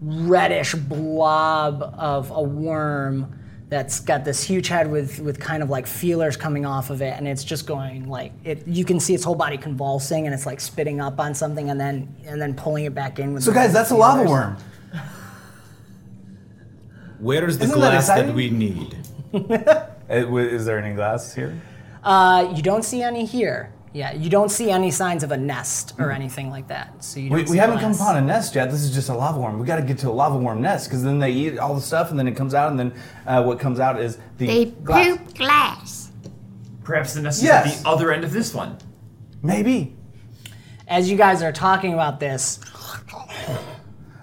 Speaker 2: reddish blob of a worm that's got this huge head with with kind of like feelers coming off of it and it's just going like it you can see its whole body convulsing and it's like spitting up on something and then and then pulling it back in with
Speaker 7: So,
Speaker 2: the
Speaker 7: guys, that's a
Speaker 2: feelers.
Speaker 7: lava worm.
Speaker 8: Where is the
Speaker 7: Isn't that
Speaker 8: glass that,
Speaker 7: exciting?
Speaker 8: we need?
Speaker 7: It, w- is there any glass here?
Speaker 2: Uh, you don't see any here. Yeah, you don't see any signs of a nest or anything like that. So you don't
Speaker 7: Hmm. We,
Speaker 2: see
Speaker 7: we haven't come
Speaker 2: glass.
Speaker 7: upon a nest yet. This is just a lava worm. We got to get to a lava worm nest because then they eat all the stuff and then it comes out, and then uh, what comes out is the
Speaker 3: They
Speaker 7: glass.
Speaker 3: poop glass.
Speaker 4: Perhaps the nest is
Speaker 7: Yes.
Speaker 4: at the other end of this one.
Speaker 7: Maybe.
Speaker 2: As you guys are talking about this,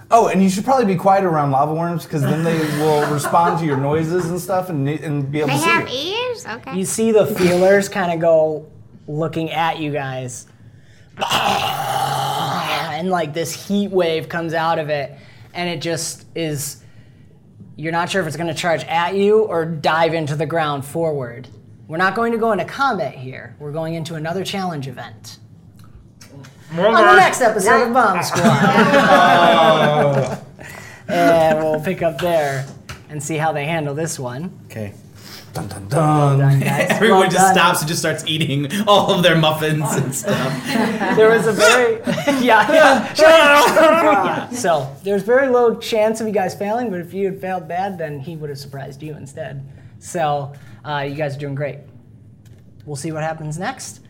Speaker 7: Oh, and you should probably be quiet around lava worms because then they will respond to your noises and stuff and, ne- and be able
Speaker 3: They
Speaker 7: to
Speaker 3: have
Speaker 7: see you.
Speaker 3: ears? Okay.
Speaker 2: you see the feelers kind of go looking at you guys, and like this heat wave comes out of it, and it just is. You're not sure if it's going to charge at you or dive into the ground forward. We're not going to go into combat here. We're going into another challenge event. on the next episode of Bomb Squad. and we'll pick up there and see how they handle this one.
Speaker 8: Okay.
Speaker 7: Dun, dun, dun.
Speaker 2: Guys,
Speaker 8: Everyone
Speaker 2: well
Speaker 8: just
Speaker 2: done.
Speaker 8: stops and just starts eating all of their muffins and stuff.
Speaker 2: There was a very yeah yeah, yeah. So there's very low chance of you guys failing, but if you had failed bad, then he would have surprised you instead. So uh, you guys are doing great. We'll see what happens next.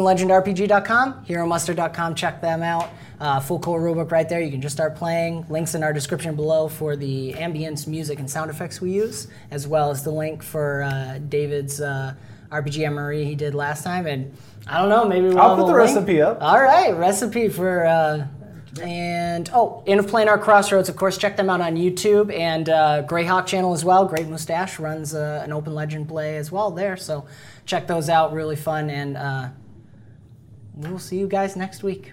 Speaker 2: OpenLegendRPG.com, HeroMustard.com, check them out. Uh, full core rulebook right there. You can just start playing. Links in our description below for the ambience, music, and sound effects we use, as well as the link for uh, David's uh, RPG MRE E he did last time. And I don't know, maybe we'll
Speaker 7: I'll
Speaker 2: have
Speaker 7: put
Speaker 2: a
Speaker 7: the
Speaker 2: link.
Speaker 7: recipe up.
Speaker 2: All right, recipe for. Uh, and oh, End of Planar Crossroads, of course. Check them out on YouTube and uh, Greyhawk channel as well. Great Mustache runs uh, an Open Legend play as well there, so check those out. Really fun, and uh, we'll see you guys next week.